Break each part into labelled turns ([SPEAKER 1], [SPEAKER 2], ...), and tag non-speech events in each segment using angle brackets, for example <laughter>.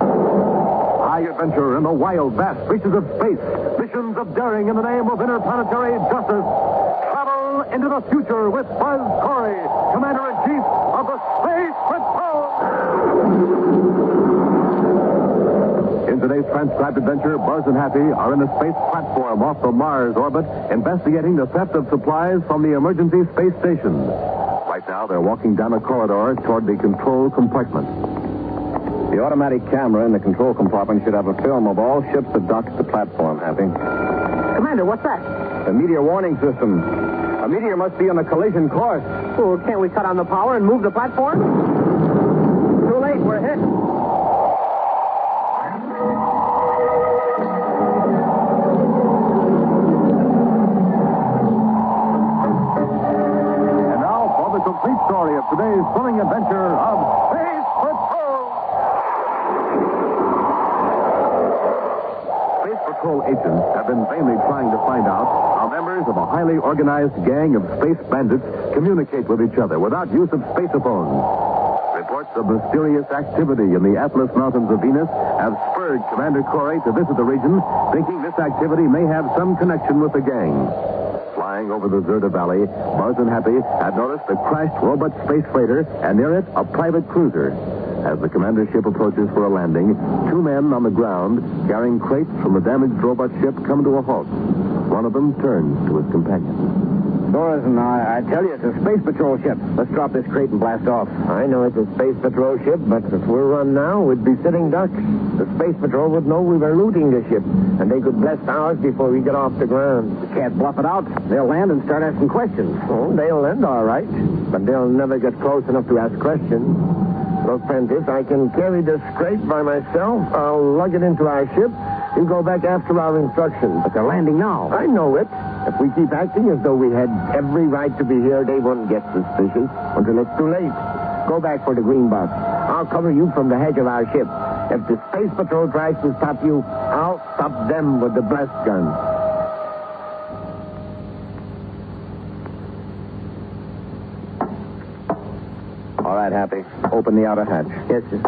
[SPEAKER 1] High adventure in the wild, vast reaches of space. Missions of daring in the name of interplanetary justice. Travel into the future with Buzz Corey, Commander in Chief of the Space Patrol. In today's transcribed adventure, Buzz and Happy are in a space platform off the Mars orbit, investigating the theft of supplies from the emergency space station. Right now, they're walking down a corridor toward the control compartment. The automatic camera in the control compartment should have a film of all ships that dock at the platform, Happy.
[SPEAKER 2] Commander, what's that?
[SPEAKER 1] The meteor warning system. A meteor must be on a collision course.
[SPEAKER 2] Well, can't we cut on the power and move the platform? Too late, we're hit.
[SPEAKER 1] And now for the complete story of today's thrilling adventure of Space Patrol. Space Patrol agents have been vainly trying to find out how members of a highly organized gang of space bandits communicate with each other without use of spacephones. Reports of mysterious activity in the Atlas Mountains of Venus have spurred Commander Corey to visit the region, thinking this activity may have some connection with the gang. Flying over the Zerta Valley, Buzz and Happy had noticed a crashed robot space freighter and near it a private cruiser. As the commander's ship approaches for a landing, two men on the ground carrying crates from the damaged robot ship come to a halt. One of them turns to his companion.
[SPEAKER 3] Thorazin, I, I tell you, it's a space patrol ship. Let's drop this crate and blast off. I know it's a space patrol ship, but if we're run now, we'd be sitting ducks. The space patrol would know we were looting the ship, and they could blast ours before we get off the ground. We can't bluff it out. They'll land and start asking questions. Oh, they'll land all right, but they'll never get close enough to ask questions. Look, friend, if I can carry this crate by myself, I'll lug it into our ship. You go back after our instructions. But they're landing now. I know it. If we keep acting as though we had every right to be here, they won't get suspicious until it's too late. Go back for the green box. I'll cover you from the hedge of our ship. If the space patrol tries to stop you, I'll stop them with the blast gun.
[SPEAKER 1] All right, Happy. Open the outer hatch.
[SPEAKER 2] Yes, sir.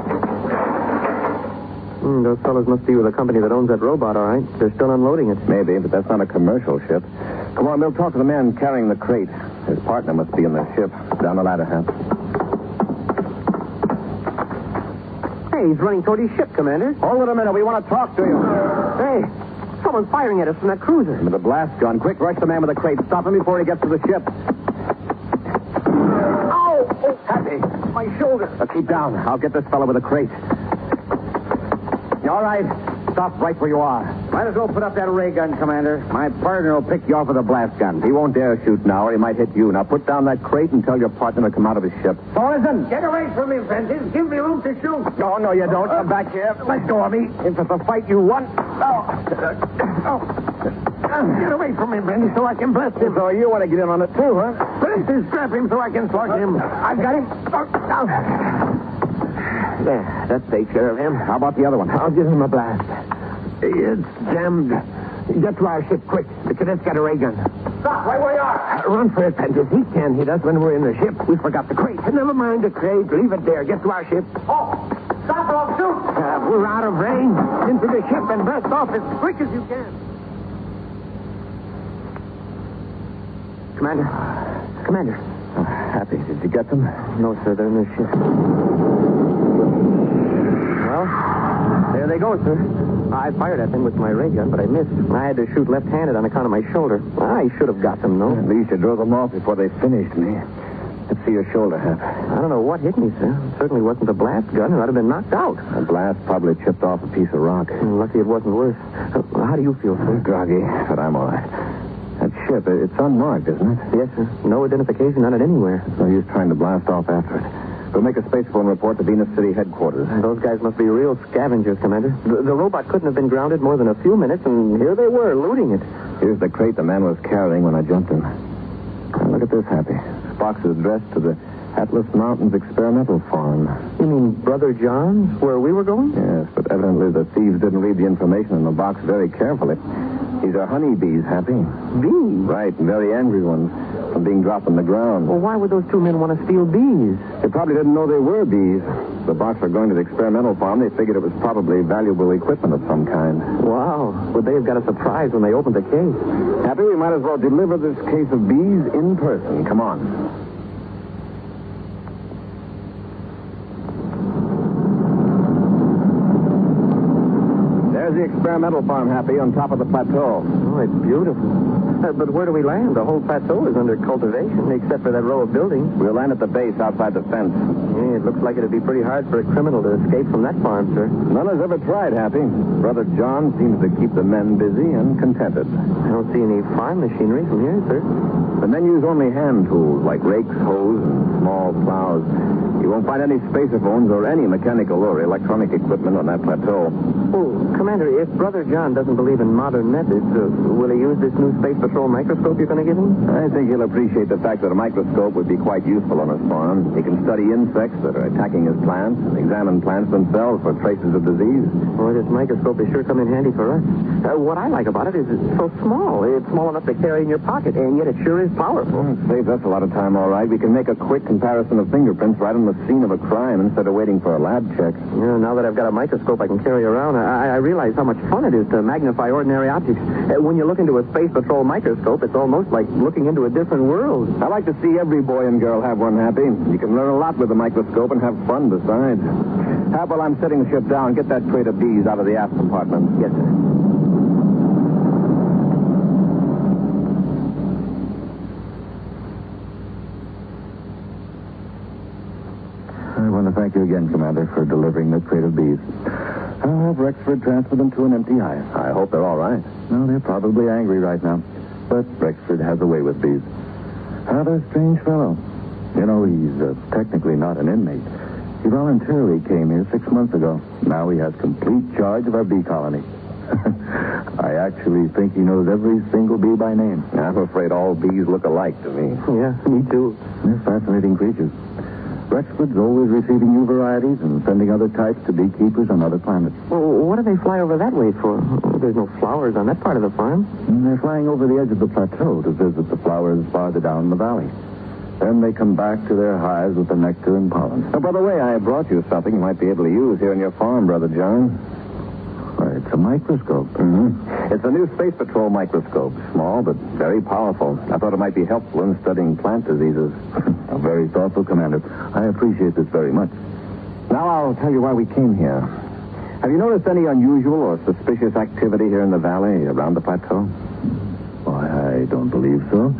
[SPEAKER 2] Hmm, those fellows must be with the company that owns that robot, all right. They're still unloading it.
[SPEAKER 1] Maybe, but that's not a commercial ship. Come on, we'll talk to the man carrying the crate. His partner must be in the ship. Down the ladder, Happy.
[SPEAKER 2] Hey, he's running toward his ship, Commander.
[SPEAKER 1] Hold it a minute. We want to talk to you.
[SPEAKER 2] Hey, someone's firing at us from that cruiser.
[SPEAKER 1] With a blast gun. Quick, rush the man with the crate. Stop him before he gets to the ship.
[SPEAKER 2] Ow! Oh,
[SPEAKER 1] Happy.
[SPEAKER 2] my shoulder.
[SPEAKER 1] Now keep down. I'll get this fellow with the crate. You all right? Stop right where you are. Might as well put up that ray gun, Commander. My partner will pick you off with a blast gun. He won't dare shoot now, or he might hit you. Now put down that crate and tell your partner to come out of his ship. Poison!
[SPEAKER 2] Get away from me, Francis. Give me room to shoot.
[SPEAKER 1] No, no, you don't. Come back here. Let go of me. If it's a fight you want.
[SPEAKER 2] Oh. Get away from me, Francis, so I can blast him.
[SPEAKER 1] So you want to get in on it too, huh?
[SPEAKER 2] Francis, grab him so I can slug him. Oh, I've got him.
[SPEAKER 3] There, that takes care of him.
[SPEAKER 1] How about the other one?
[SPEAKER 3] I'll give him a blast. It's jammed. Get to our ship quick. The cadet's got a ray gun.
[SPEAKER 2] Stop right where you are.
[SPEAKER 3] Uh, run for it, Prentice. He can't hit us when we're in the ship. We forgot the crate. Never mind the crate. Leave it there. Get to our ship.
[SPEAKER 2] Oh, stop or I'll shoot.
[SPEAKER 3] Uh, we're out of range. Into the ship and blast off as quick as you can.
[SPEAKER 2] Commander. Commander.
[SPEAKER 3] Uh,
[SPEAKER 1] happy. Did you get them?
[SPEAKER 3] No, sir. They're in the ship. Well, there they go, sir. I fired at them with my ray gun, but I missed. I had to shoot left-handed on account of my shoulder. I should have got them, though.
[SPEAKER 1] At least you drew them off before they finished me. Let's see your shoulder, Hap.
[SPEAKER 3] I don't know what hit me, sir. It certainly wasn't the blast gun, or I'd have been knocked out.
[SPEAKER 1] A blast probably chipped off a piece of rock.
[SPEAKER 3] And lucky it wasn't worse. Uh, How do you feel, sir?
[SPEAKER 1] Groggy, but I'm all right. That ship, it- it's unmarked, isn't it?
[SPEAKER 3] Yes, sir. No identification on it anywhere.
[SPEAKER 1] It's no use trying to blast off after it. We'll make a space phone report to Venus City headquarters.
[SPEAKER 3] Those guys must be real scavengers, Commander. The, the robot couldn't have been grounded more than a few minutes, and here they were, looting it.
[SPEAKER 1] Here's the crate the man was carrying when I jumped him. Now, Look at this, Happy. This box is addressed to the Atlas Mountains Experimental Farm.
[SPEAKER 3] You mean Brother John's, where we were going?
[SPEAKER 1] Yes, but evidently the thieves didn't read the information in the box very carefully. These are honeybees, Happy.
[SPEAKER 3] Bees?
[SPEAKER 1] Right, and very angry ones from being dropped on the ground.
[SPEAKER 3] Well, why would those two men want to steal bees?
[SPEAKER 1] They probably didn't know they were bees. the box were going to the experimental farm, they figured it was probably valuable equipment of some kind.
[SPEAKER 2] Wow. Would they have got a surprise when they opened the case?
[SPEAKER 1] Happy, we might as well deliver this case of bees in person. Come on. There's the experimental farm, Happy, on top of the plateau.
[SPEAKER 2] Oh, it's beautiful. Uh, but where do we land? The whole plateau is under cultivation, except for that row of buildings.
[SPEAKER 1] We'll land at the base outside the fence.
[SPEAKER 2] Yeah, it looks like it'd be pretty hard for a criminal to escape from that farm, sir.
[SPEAKER 1] None has ever tried, Happy. Brother John seems to keep the men busy and contented.
[SPEAKER 2] I don't see any farm machinery from here, sir.
[SPEAKER 1] The men use only hand tools like rakes, hoes, and small plows. You won't find any spacerphones or any mechanical or electronic equipment on that plateau.
[SPEAKER 2] Well, Oh, Commander, if Brother John doesn't believe in modern methods, uh, will he use this new space patrol microscope you're going to give him?
[SPEAKER 1] I think he'll appreciate the fact that a microscope would be quite useful on his farm. He can study insects that are attacking his plants and examine plants themselves for traces of disease.
[SPEAKER 2] Boy, this microscope is sure come in handy for us. Uh, what I like about it is it's so small. It's small enough to carry in your pocket, and yet it sure is powerful.
[SPEAKER 1] Well, it saves us a lot of time, all right. We can make a quick comparison of fingerprints right on the scene of a crime instead of waiting for a lab check.
[SPEAKER 2] Yeah, now that I've got a microscope I can carry around, I, I realize how much fun it is to magnify ordinary objects. Uh, when you look into a space patrol microscope, it's almost like looking into a different world.
[SPEAKER 1] I like to see every boy and girl have one happy. You can learn a lot with a microscope and have fun besides. Hap, while I'm setting the ship down, get that crate of bees out of the aft compartment.
[SPEAKER 2] Yes, sir.
[SPEAKER 1] I want to thank you again, Commander, for delivering the crate of bees. I'll have Rexford transfer them to an empty hive.
[SPEAKER 2] I hope they're all right.
[SPEAKER 1] No, they're probably angry right now. But Rexford has a way with bees. Rather strange fellow. You know, he's uh, technically not an inmate. He voluntarily came here six months ago. Now he has complete charge of our bee colony. <laughs> I actually think he knows every single bee by name.
[SPEAKER 2] I'm afraid all bees look alike to me. Yeah, me too.
[SPEAKER 1] They're fascinating creatures. Rexford's always receiving new varieties and sending other types to beekeepers on other planets.
[SPEAKER 2] Well, what do they fly over that way for? There's no flowers on that part of the farm.
[SPEAKER 1] And they're flying over the edge of the plateau to visit the flowers farther down the valley. Then they come back to their hives with the nectar and pollen. Oh, by the way, I brought you something you might be able to use here on your farm, Brother John. Well, it's a microscope. Mm-hmm. It's a new space patrol microscope. Small, but very powerful. I thought it might be helpful in studying plant <laughs> diseases. very thoughtful, Commander. I appreciate this very much. Now I'll tell you why we came here. Have you noticed any unusual or suspicious activity here in the valley around the plateau? Why, I don't believe so.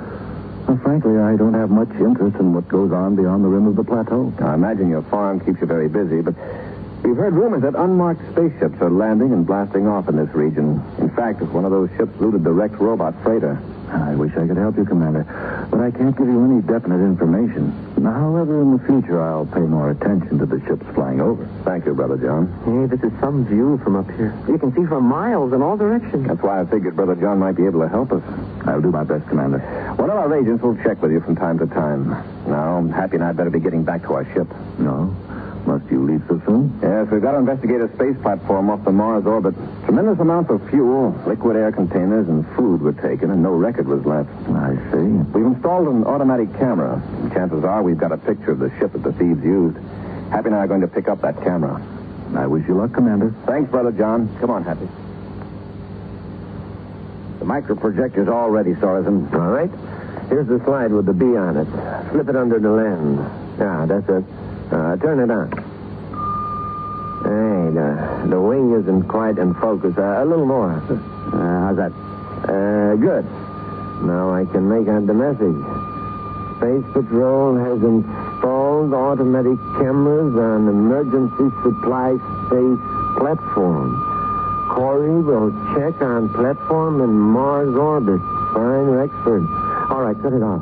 [SPEAKER 1] Well, frankly, I don't have much interest in what goes on beyond the rim of the plateau. I imagine your farm keeps you very busy, but We've heard rumors that unmarked spaceships are landing and blasting off in this region. In fact, one of those ships looted the wrecked robot freighter. I wish I could help you, Commander, but I can't give you any definite information. However, in the future, I'll pay more attention to the ships flying over. Thank you, Brother John.
[SPEAKER 2] Hey, this is some view from up here. You can see for miles in all directions.
[SPEAKER 1] That's why I figured Brother John might be able to help us. I'll do my best, Commander. One of our agents will check with you from time to time. Now, Happy and I better be getting back to our ship. No? Must you leave so soon? Yes, we've got to investigate a space platform off the Mars orbit. Tremendous amounts of fuel, liquid air containers, and food were taken, and no record was left. I see. We've installed an automatic camera. Chances are we've got a picture of the ship that the thieves used. Happy and I are going to pick up that camera. I wish you luck, Commander. Thanks, Brother John. Come on, Happy. The microprojector's all ready, Sorensen.
[SPEAKER 2] All right. Here's the slide with the bee on it. Slip it under the lens. Ah, that's it. Uh, turn it on. Hey, the, the wing isn't quite in focus. Uh, a little more. Uh, how's that? Uh, good. Now I can make out the message. Space Patrol has installed automatic cameras on emergency supply space platform. Corey will check on platform in Mars orbit. Fine, Rexford. All right, cut it off.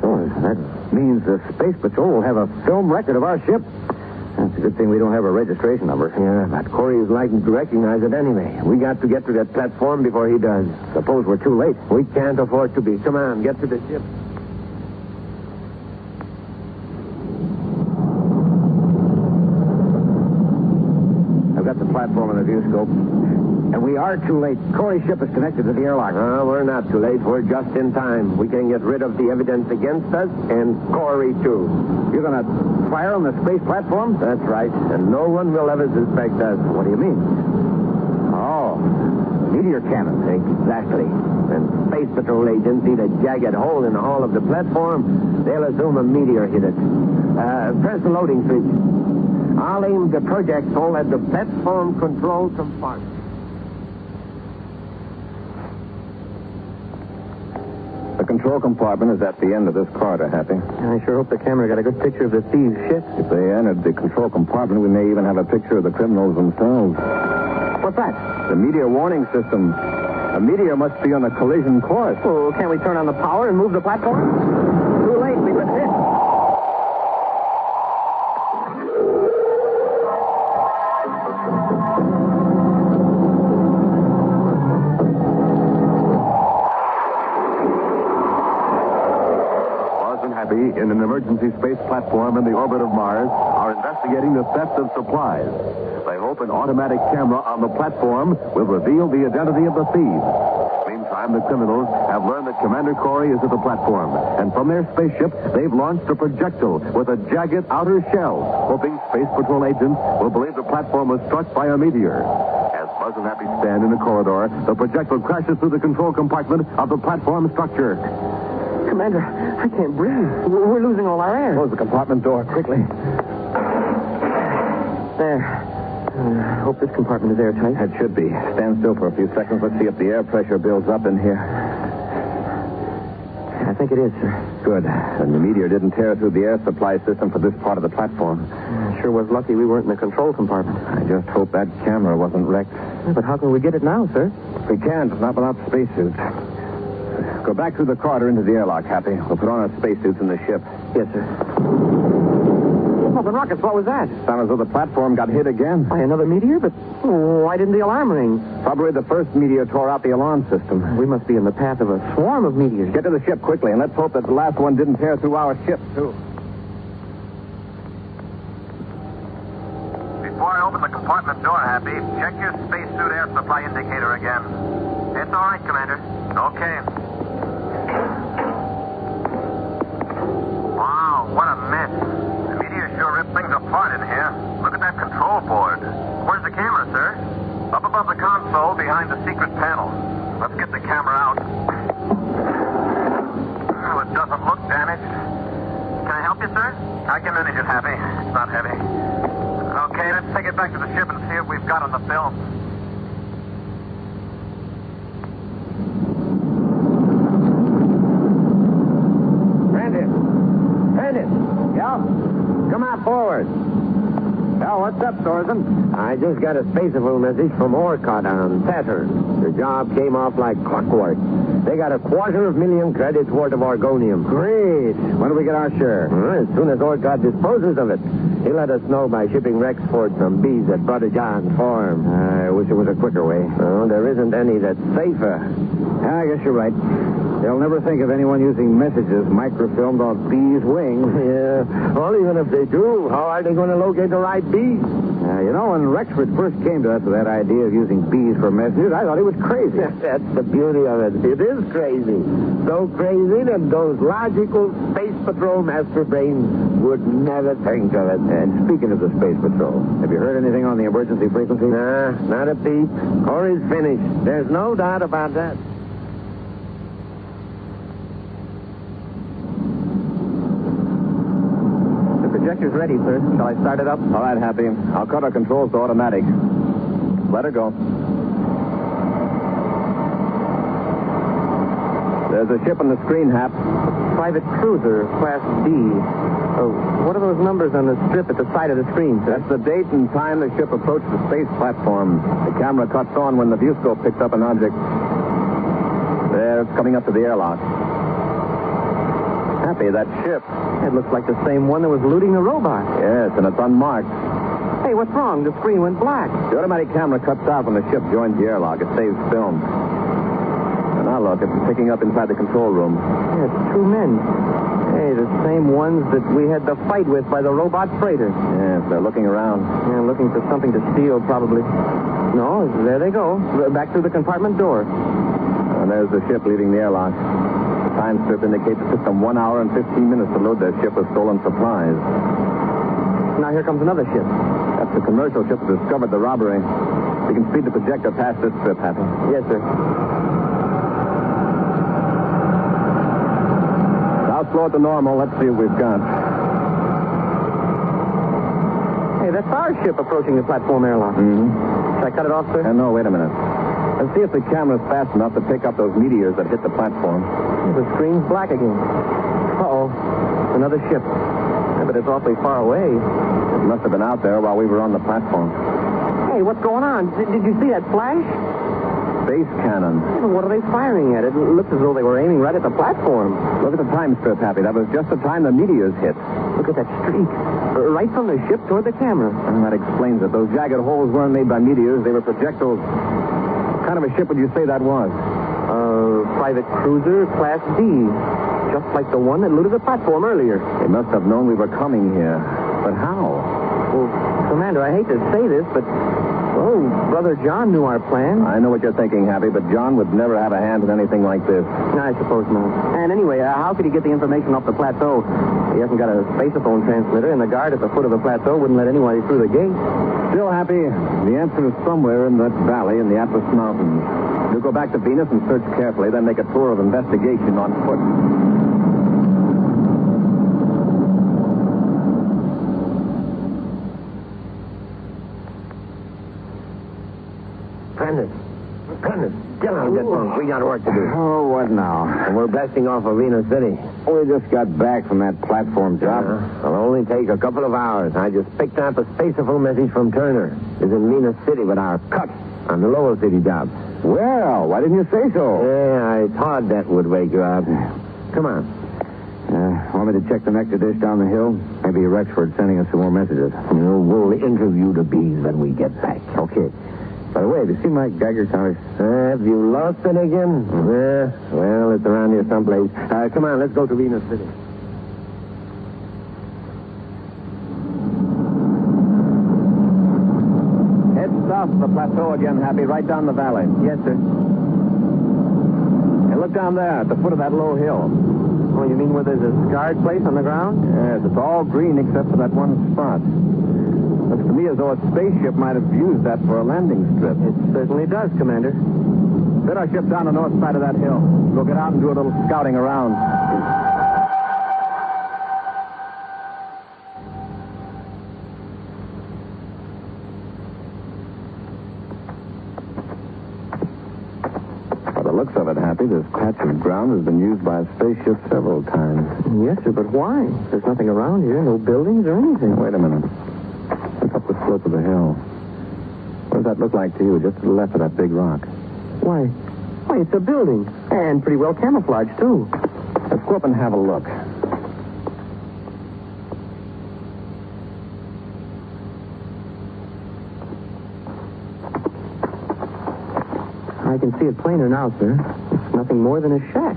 [SPEAKER 1] Sure, Oh, that means the Space Patrol will have a film record of our ship.
[SPEAKER 2] That's a good thing we don't have a registration number.
[SPEAKER 1] Yeah, but Corey is likely to recognize it anyway. We got to get to that platform before he does. Suppose we're too late.
[SPEAKER 2] We can't afford to be. Come on, get to the ship.
[SPEAKER 1] I've got the platform in the view scope.
[SPEAKER 3] And we are too late. Corey's ship is connected to the airlock. No, Uh, we're not too late. We're just in time. We can get rid of the evidence against us and Corey, too. You're going to fire on the space platform? That's right. And no one will ever suspect us. What do you mean? Oh, meteor cannon. Exactly. And Space Patrol agents see the jagged hole in the hull of the platform. They'll assume a meteor hit it. Uh, press the loading switch. I'll aim the projectile at the platform control compartment.
[SPEAKER 1] The control compartment is at the end of this corridor, Happy.
[SPEAKER 2] I sure hope the camera got a good picture of the thieves' ship.
[SPEAKER 1] If they entered the control compartment, we may even have a picture of the criminals themselves.
[SPEAKER 2] What's that?
[SPEAKER 1] The meteor warning system. A meteor must be on a collision course.
[SPEAKER 2] Oh, can't we turn on the power and move the platform? Too late. We've been hit.
[SPEAKER 1] Buzz and Happy, in an emergency space platform in the orbit of Mars, are investigating the theft of supplies. They hope an automatic camera on the platform will reveal the identity of the thieves. Meantime, the criminals have learned that Commander Corey is at the platform, and from their spaceship, they've launched a projectile with a jagged outer shell, hoping Space Patrol agents will believe the platform was struck by a meteor. As Buzz and Happy stand in the corridor, the projectile crashes through the control compartment of the platform structure.
[SPEAKER 2] Commander, I can't breathe. We're we're losing all our air.
[SPEAKER 1] Close the compartment door quickly.
[SPEAKER 2] There. Uh, hope this compartment is airtight.
[SPEAKER 1] It should be. Stand still for a few seconds. Let's see if the air pressure builds up in here.
[SPEAKER 2] I think it is, sir.
[SPEAKER 1] Good. And the meteor didn't tear through the air supply system for this part of the platform.
[SPEAKER 2] I sure was lucky we weren't in the control compartment.
[SPEAKER 1] I just hope that camera wasn't wrecked.
[SPEAKER 2] Yeah, but how can we get it now, sir?
[SPEAKER 1] We can't. Not without spacesuits. Go back through the corridor into the airlock, Happy. We'll put on our spacesuits in the ship.
[SPEAKER 2] Yes, sir. Open rockets, what was that?
[SPEAKER 1] Sounds as though the platform got hit again.
[SPEAKER 2] By another meteor? But oh, why didn't the alarm ring?
[SPEAKER 1] Probably the first meteor tore out the alarm system.
[SPEAKER 2] We must be in the path of a swarm of meteors.
[SPEAKER 1] Get to the ship quickly, and let's hope that the last one didn't tear through our ship, too.
[SPEAKER 4] Before I open the compartment door, Happy, check your spacesuit air supply indicator again. It's all right, Commander. Okay. Wow, what a mess. The meteor sure ripped things apart in here. Look at that control board. Where's the camera, sir? Up above the console behind the secret panel. Let's get the camera out. Well, it doesn't look damaged. Can I help you, sir? I can manage it, Happy. It's not heavy. Okay, let's take it back to the ship and see what we've got on the film.
[SPEAKER 3] Brandon! Brandon! Yeah? Come out forward. Well, what's up, Thorson? I just got a spaceable message from Orcot on Saturn. The job came off like clockwork. They got a quarter of a million credits worth of argonium. Great. When do we get our share? as soon as Orcot disposes of it. He let us know by shipping Rexford some bees at Brother John's farm. I wish there was a quicker way. Oh, there isn't any that's safer. I guess you're right. They'll never think of anyone using messages microfilmed on bees' wings. Yeah. Well, even if they do, how are they going to locate the right bees? Uh, you know, when Rexford first came to us with that idea of using bees for messages, I thought he was crazy. <laughs> That's the beauty of it. It is crazy. So crazy that those logical Space Patrol master brains would never think of it. And speaking of the Space Patrol, have you heard anything on the emergency frequency? Nah, not a peep. Corey's finished. There's no doubt about that.
[SPEAKER 2] The projector's ready, sir. Shall I start it up?
[SPEAKER 1] All right, Happy. I'll cut our controls to automatic. Let her go. There's a ship on the screen, Hap.
[SPEAKER 2] Private Cruiser, Class D. Oh, what are those numbers on the strip at the side of the screen, sir?
[SPEAKER 1] That's the date and time the ship approached the space platform. The camera cuts on when the viewscope picks up an object. There, it's coming up to the airlock. Happy, that ship.
[SPEAKER 2] It looks like the same one that was looting the robot.
[SPEAKER 1] Yes, and it's unmarked.
[SPEAKER 2] Hey, what's wrong? The screen went black.
[SPEAKER 1] The automatic camera cuts out when the ship joins the airlock. It saves film. And Now look, it's picking up inside the control room.
[SPEAKER 2] Yeah, it's two men. Hey, the same ones that we had the fight with by the robot freighter.
[SPEAKER 1] Yes, they're looking around.
[SPEAKER 2] Yeah, looking for something to steal, probably. No, there they go. Back through the compartment door.
[SPEAKER 1] And there's the ship leaving the airlock. The time strip indicates it took them one hour and 15 minutes to load their ship with stolen supplies.
[SPEAKER 2] Now here comes another ship.
[SPEAKER 1] That's the commercial ship that discovered the robbery. We can speed the projector past this strip, Happy.
[SPEAKER 2] Yes, sir.
[SPEAKER 1] South floor to normal. Let's see what we've got.
[SPEAKER 2] Hey, that's our ship approaching the platform airlock.
[SPEAKER 1] Mm-hmm.
[SPEAKER 2] Should I cut it off, sir?
[SPEAKER 1] And no, wait a minute. Let's see if the camera's fast enough to pick up those meteors that hit the platform.
[SPEAKER 2] The screen's black again. Uh-oh. Another ship. Yeah, but it's awfully far away.
[SPEAKER 1] It must have been out there while we were on the platform.
[SPEAKER 2] Hey, what's going on? Did, did you see that flash?
[SPEAKER 1] Space cannon.
[SPEAKER 2] What are they firing at? It looks as though they were aiming right at the platform.
[SPEAKER 1] Look at the time strip, Happy. That was just the time the meteors hit.
[SPEAKER 2] Look at that streak. Uh, Right from the ship toward the camera.
[SPEAKER 1] And that explains it. Those jagged holes weren't made by meteors, they were projectiles. What kind of a ship would you say that was?
[SPEAKER 2] Uh, private cruiser, Class D. Just like the one that looted the platform earlier.
[SPEAKER 1] They must have known we were coming here. But how?
[SPEAKER 2] Well, Commander, I hate to say this, but... Oh, Brother John knew our plan.
[SPEAKER 1] I know what you're thinking, Happy, but John would never have a hand in anything like this.
[SPEAKER 2] I suppose not. And anyway, uh, how could he get the information off the plateau? He hasn't got a spaceophone transmitter, and the guard at the foot of the plateau wouldn't let anybody through the gate.
[SPEAKER 1] Still, Happy, the answer is somewhere in that valley in the Atlas Mountains. We'll go back to Venus and search carefully, then make a tour of investigation on foot.
[SPEAKER 5] Prentice. Prentice, get on, get on. We got work to do.
[SPEAKER 1] Oh, what now?
[SPEAKER 5] And we're blasting off Arena City.
[SPEAKER 1] We just got back from that platform job.
[SPEAKER 5] Yeah. It'll only take a couple of hours. I just picked up a spaceable message from Turner. He's in Venus City with our cut on the Lowell City job.
[SPEAKER 1] Well, why didn't you say so?
[SPEAKER 5] Yeah, I thought that would wake you up. Come on.
[SPEAKER 1] Uh, want me to check the nectar dish down the hill? Maybe Rexford's sending us some more messages.
[SPEAKER 5] We'll, we'll interview the bees when we get back.
[SPEAKER 1] Okay. By the way, have you seen my Geiger Mm-hmm. counter?
[SPEAKER 5] Have you lost it again? Yeah. Well, it's around here someplace. Uh, come on, let's go to Venus City.
[SPEAKER 1] Head south of the plateau again, Happy, right down the valley.
[SPEAKER 2] Yes, sir.
[SPEAKER 1] And look down there at the foot of that low hill.
[SPEAKER 2] Oh, you mean where there's a scarred place on the ground?
[SPEAKER 1] Yes, it's all green except for that one spot. Looks to me as though a spaceship might have used that for a landing strip.
[SPEAKER 2] It certainly does, Commander.
[SPEAKER 1] Set our ship down the north side of that hill. We'll get out and do a little scouting around. By the looks of it, Happy, this patch of ground has been used by a spaceship several times.
[SPEAKER 2] Yes, sir, but why? There's nothing around here, no buildings or anything.
[SPEAKER 1] Wait a minute. Look up the slope of the hill. What does that look like to you, just to the left of that big rock?
[SPEAKER 2] Why? Why, it's a building. And pretty well camouflaged, too.
[SPEAKER 1] Let's go up and have a look.
[SPEAKER 2] I can see it plainer now, sir. It's nothing more than a shack.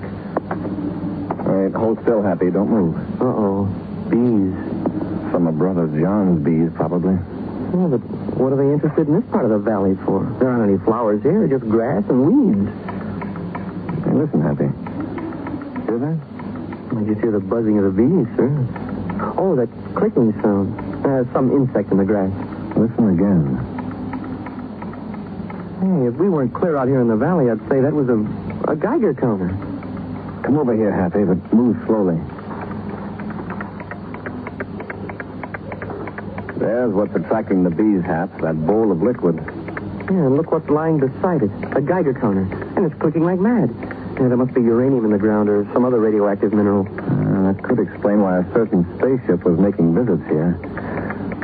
[SPEAKER 1] Wait, hold still, Happy. Don't move.
[SPEAKER 2] Uh-oh. Bees.
[SPEAKER 1] Some of Brother John's bees, probably.
[SPEAKER 2] Yeah, but what are they interested in this part of the valley for? There aren't any flowers here, just grass and weeds.
[SPEAKER 1] Hey, listen, Happy. Hear that?
[SPEAKER 2] I just hear the buzzing of the bees, sir. Oh, that clicking sound. Uh, some insect in the grass.
[SPEAKER 1] Listen again.
[SPEAKER 2] Hey, if we weren't clear out here in the valley, I'd say that was a, a Geiger counter.
[SPEAKER 1] Come over here, Happy, but move slowly. There's what's attracting the bees, Hap. That bowl of liquid.
[SPEAKER 2] Yeah, and look what's lying beside it. A Geiger counter. And it's clicking like mad. Yeah, there must be uranium in the ground or some other radioactive mineral.
[SPEAKER 1] Uh, that could explain why a certain spaceship was making visits here.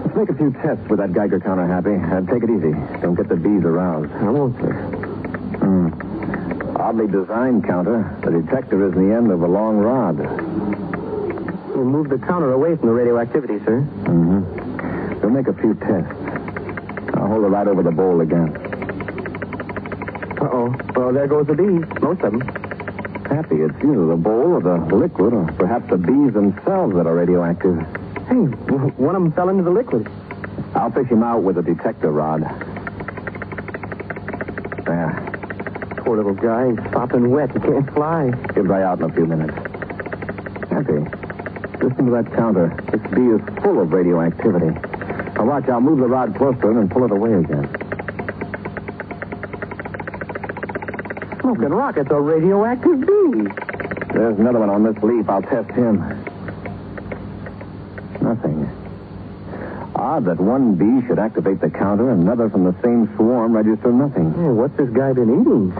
[SPEAKER 1] Let's make a few tests with that Geiger counter, Happy. Uh, take it easy. Don't get the bees aroused.
[SPEAKER 2] I won't, sir.
[SPEAKER 1] Hmm. Oddly designed counter. The detector is in the end of a long rod.
[SPEAKER 2] We'll move the counter away from the radioactivity, sir.
[SPEAKER 1] Mm-hmm. We'll make a few tests. I'll hold it right over the bowl again.
[SPEAKER 2] Uh-oh. Well, there goes the bees. Most of them.
[SPEAKER 1] Happy, it's either the bowl or the liquid or perhaps the bees themselves that are radioactive.
[SPEAKER 2] Hey, w- one of them fell into the liquid.
[SPEAKER 1] I'll fish him out with a detector rod. There.
[SPEAKER 2] Poor little guy. He's sopping wet. He can't fly.
[SPEAKER 1] He'll dry out in a few minutes. Happy, listen to that counter. This bee is full of radioactivity. Now watch, I'll move the rod close to him and pull it away again.
[SPEAKER 2] Smoking rockets are radioactive bees.
[SPEAKER 1] There's another one on this leaf. I'll test him. Nothing. Odd that one bee should activate the counter and another from the same swarm register nothing.
[SPEAKER 2] Hey, what's this guy been eating?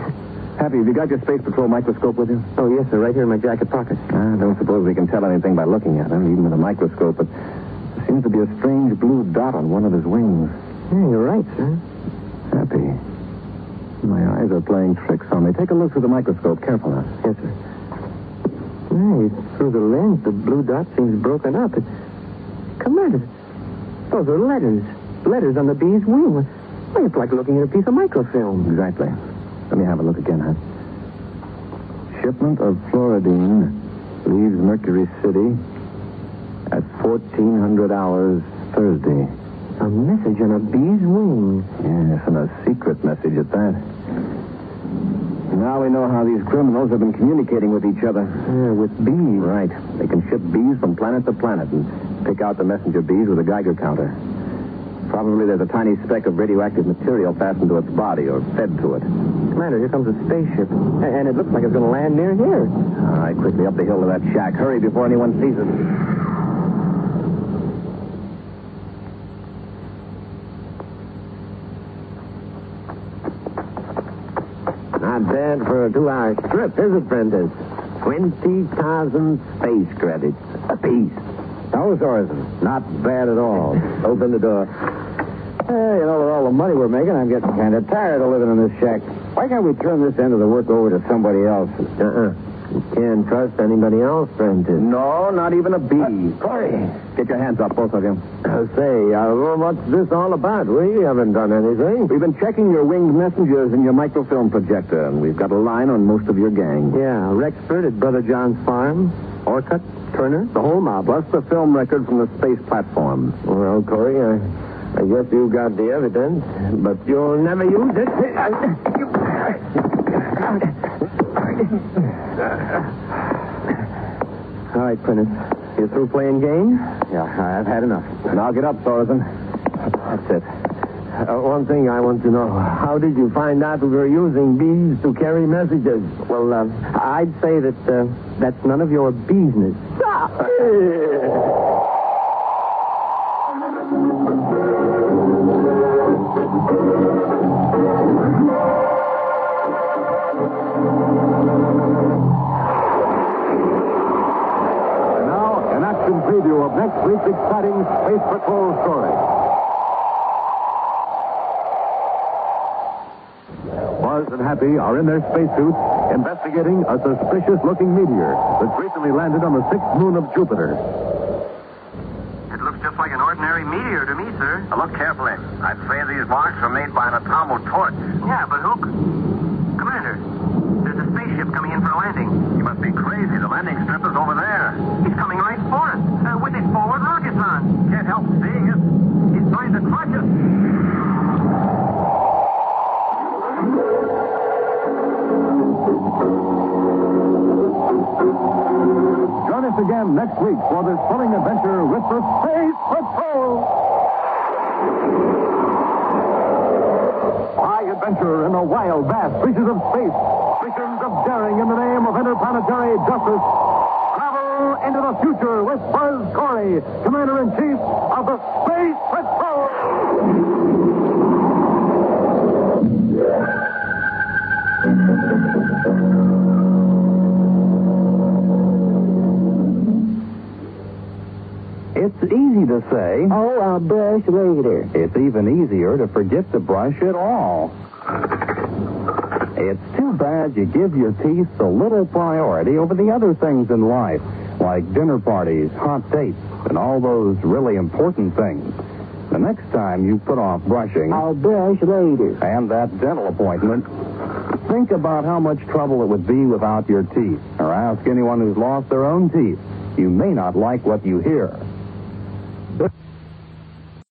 [SPEAKER 1] Happy, have you got your space patrol microscope with you?
[SPEAKER 2] Oh, yes, sir. Right here in my jacket pocket.
[SPEAKER 1] I don't suppose we can tell anything by looking at him, even with a microscope, but there seems to be a strange blue dot on one of his wings.
[SPEAKER 2] Yeah, you're right, sir.
[SPEAKER 1] Happy. My eyes are playing tricks on me. Take a look through the microscope. Careful now.
[SPEAKER 2] Yes, sir. Hey, through the lens, the blue dot seems broken up. It... Commander, those are letters. Letters on the bee's wing. Well, it's like looking at a piece of microfilm.
[SPEAKER 1] Exactly. Let me have a look again, huh? Shipment of fluoridine leaves Mercury City at 1400 hours Thursday.
[SPEAKER 2] A message on a bee's wing.
[SPEAKER 1] Yes, and a secret message at that. Now we know how these criminals have been communicating with each other.
[SPEAKER 2] Uh,
[SPEAKER 1] with bees. Right. They can ship bees from planet to planet and pick out the messenger bees with a Geiger counter. Probably there's a tiny speck of radioactive material fastened to its body or fed to it.
[SPEAKER 2] Commander, here comes a spaceship. A- And it looks like it's going to land near here.
[SPEAKER 1] All right, quickly up the hill to that shack. Hurry before anyone sees us.
[SPEAKER 6] Not bad for a two-hour trip, is it, Prentice? 20,000 space credits apiece.
[SPEAKER 1] No, Sorensen, not bad
[SPEAKER 6] <laughs>
[SPEAKER 1] at all. Open the door. Hey, you know, with all the money we're making, I'm getting kind of tired of living in this shack. Why can't we turn this end of the work over to somebody else?
[SPEAKER 6] Uh-uh. You can't trust anybody else, Prentice.
[SPEAKER 1] No, not even a bee. Corey, get your hands up, both of you. <clears throat>
[SPEAKER 6] Uh, say, uh, well, what's this all about? We haven't done anything.
[SPEAKER 1] We've been checking your winged messengers and your microfilm projector, and we've got a line on most of your gang.
[SPEAKER 2] Yeah, Rexford at Brother John's farm. Orcutt, Turner.
[SPEAKER 1] The whole mob, plus the film record from the space platform.
[SPEAKER 6] Well, Corey, I, I guess you got the evidence, but you'll never use it.
[SPEAKER 2] All right, Prentice. You through playing games?
[SPEAKER 1] Yeah, I've had enough. Now get up, Sorensen. That's it.
[SPEAKER 6] Uh, one thing I want to know. How did you find out we were using bees to carry messages?
[SPEAKER 2] Well, uh, I'd say that uh, that's none of your business.
[SPEAKER 7] And now, an action preview of next week's exciting Space Patrol story. Buzz and Happy are in their spacesuits investigating a suspicious looking meteor that's recently landed on the sixth moon of Jupiter.
[SPEAKER 8] It looks just like an ordinary meteor to me, sir. Now look carefully. I'd say these marks were made by an atomic torch. Yeah, but who? c- Commander, there's a spaceship coming in for a landing. You must be crazy. The landing strip is over there. He's coming right for us uh, with his forward rockets on. Can't help seeing it. He's trying to crush us.
[SPEAKER 7] Join us again next week for this thrilling adventure with the Space Patrol. High adventure in the wild, vast reaches of space. Missions of daring in the name of interplanetary justice. Travel into the future with Buzz Corey, Commander in Chief of the Space Patrol.
[SPEAKER 1] It's easy to say.
[SPEAKER 2] Oh, I'll brush later.
[SPEAKER 1] It's even easier to forget to brush at all. It's too bad you give your teeth so little priority over the other things in life, like dinner parties, hot dates, and all those really important things. The next time you put off brushing
[SPEAKER 2] I'll brush later.
[SPEAKER 1] and that dental appointment, Think about how much trouble it would be without your teeth, or ask anyone who's lost their own teeth. You may not like what you hear.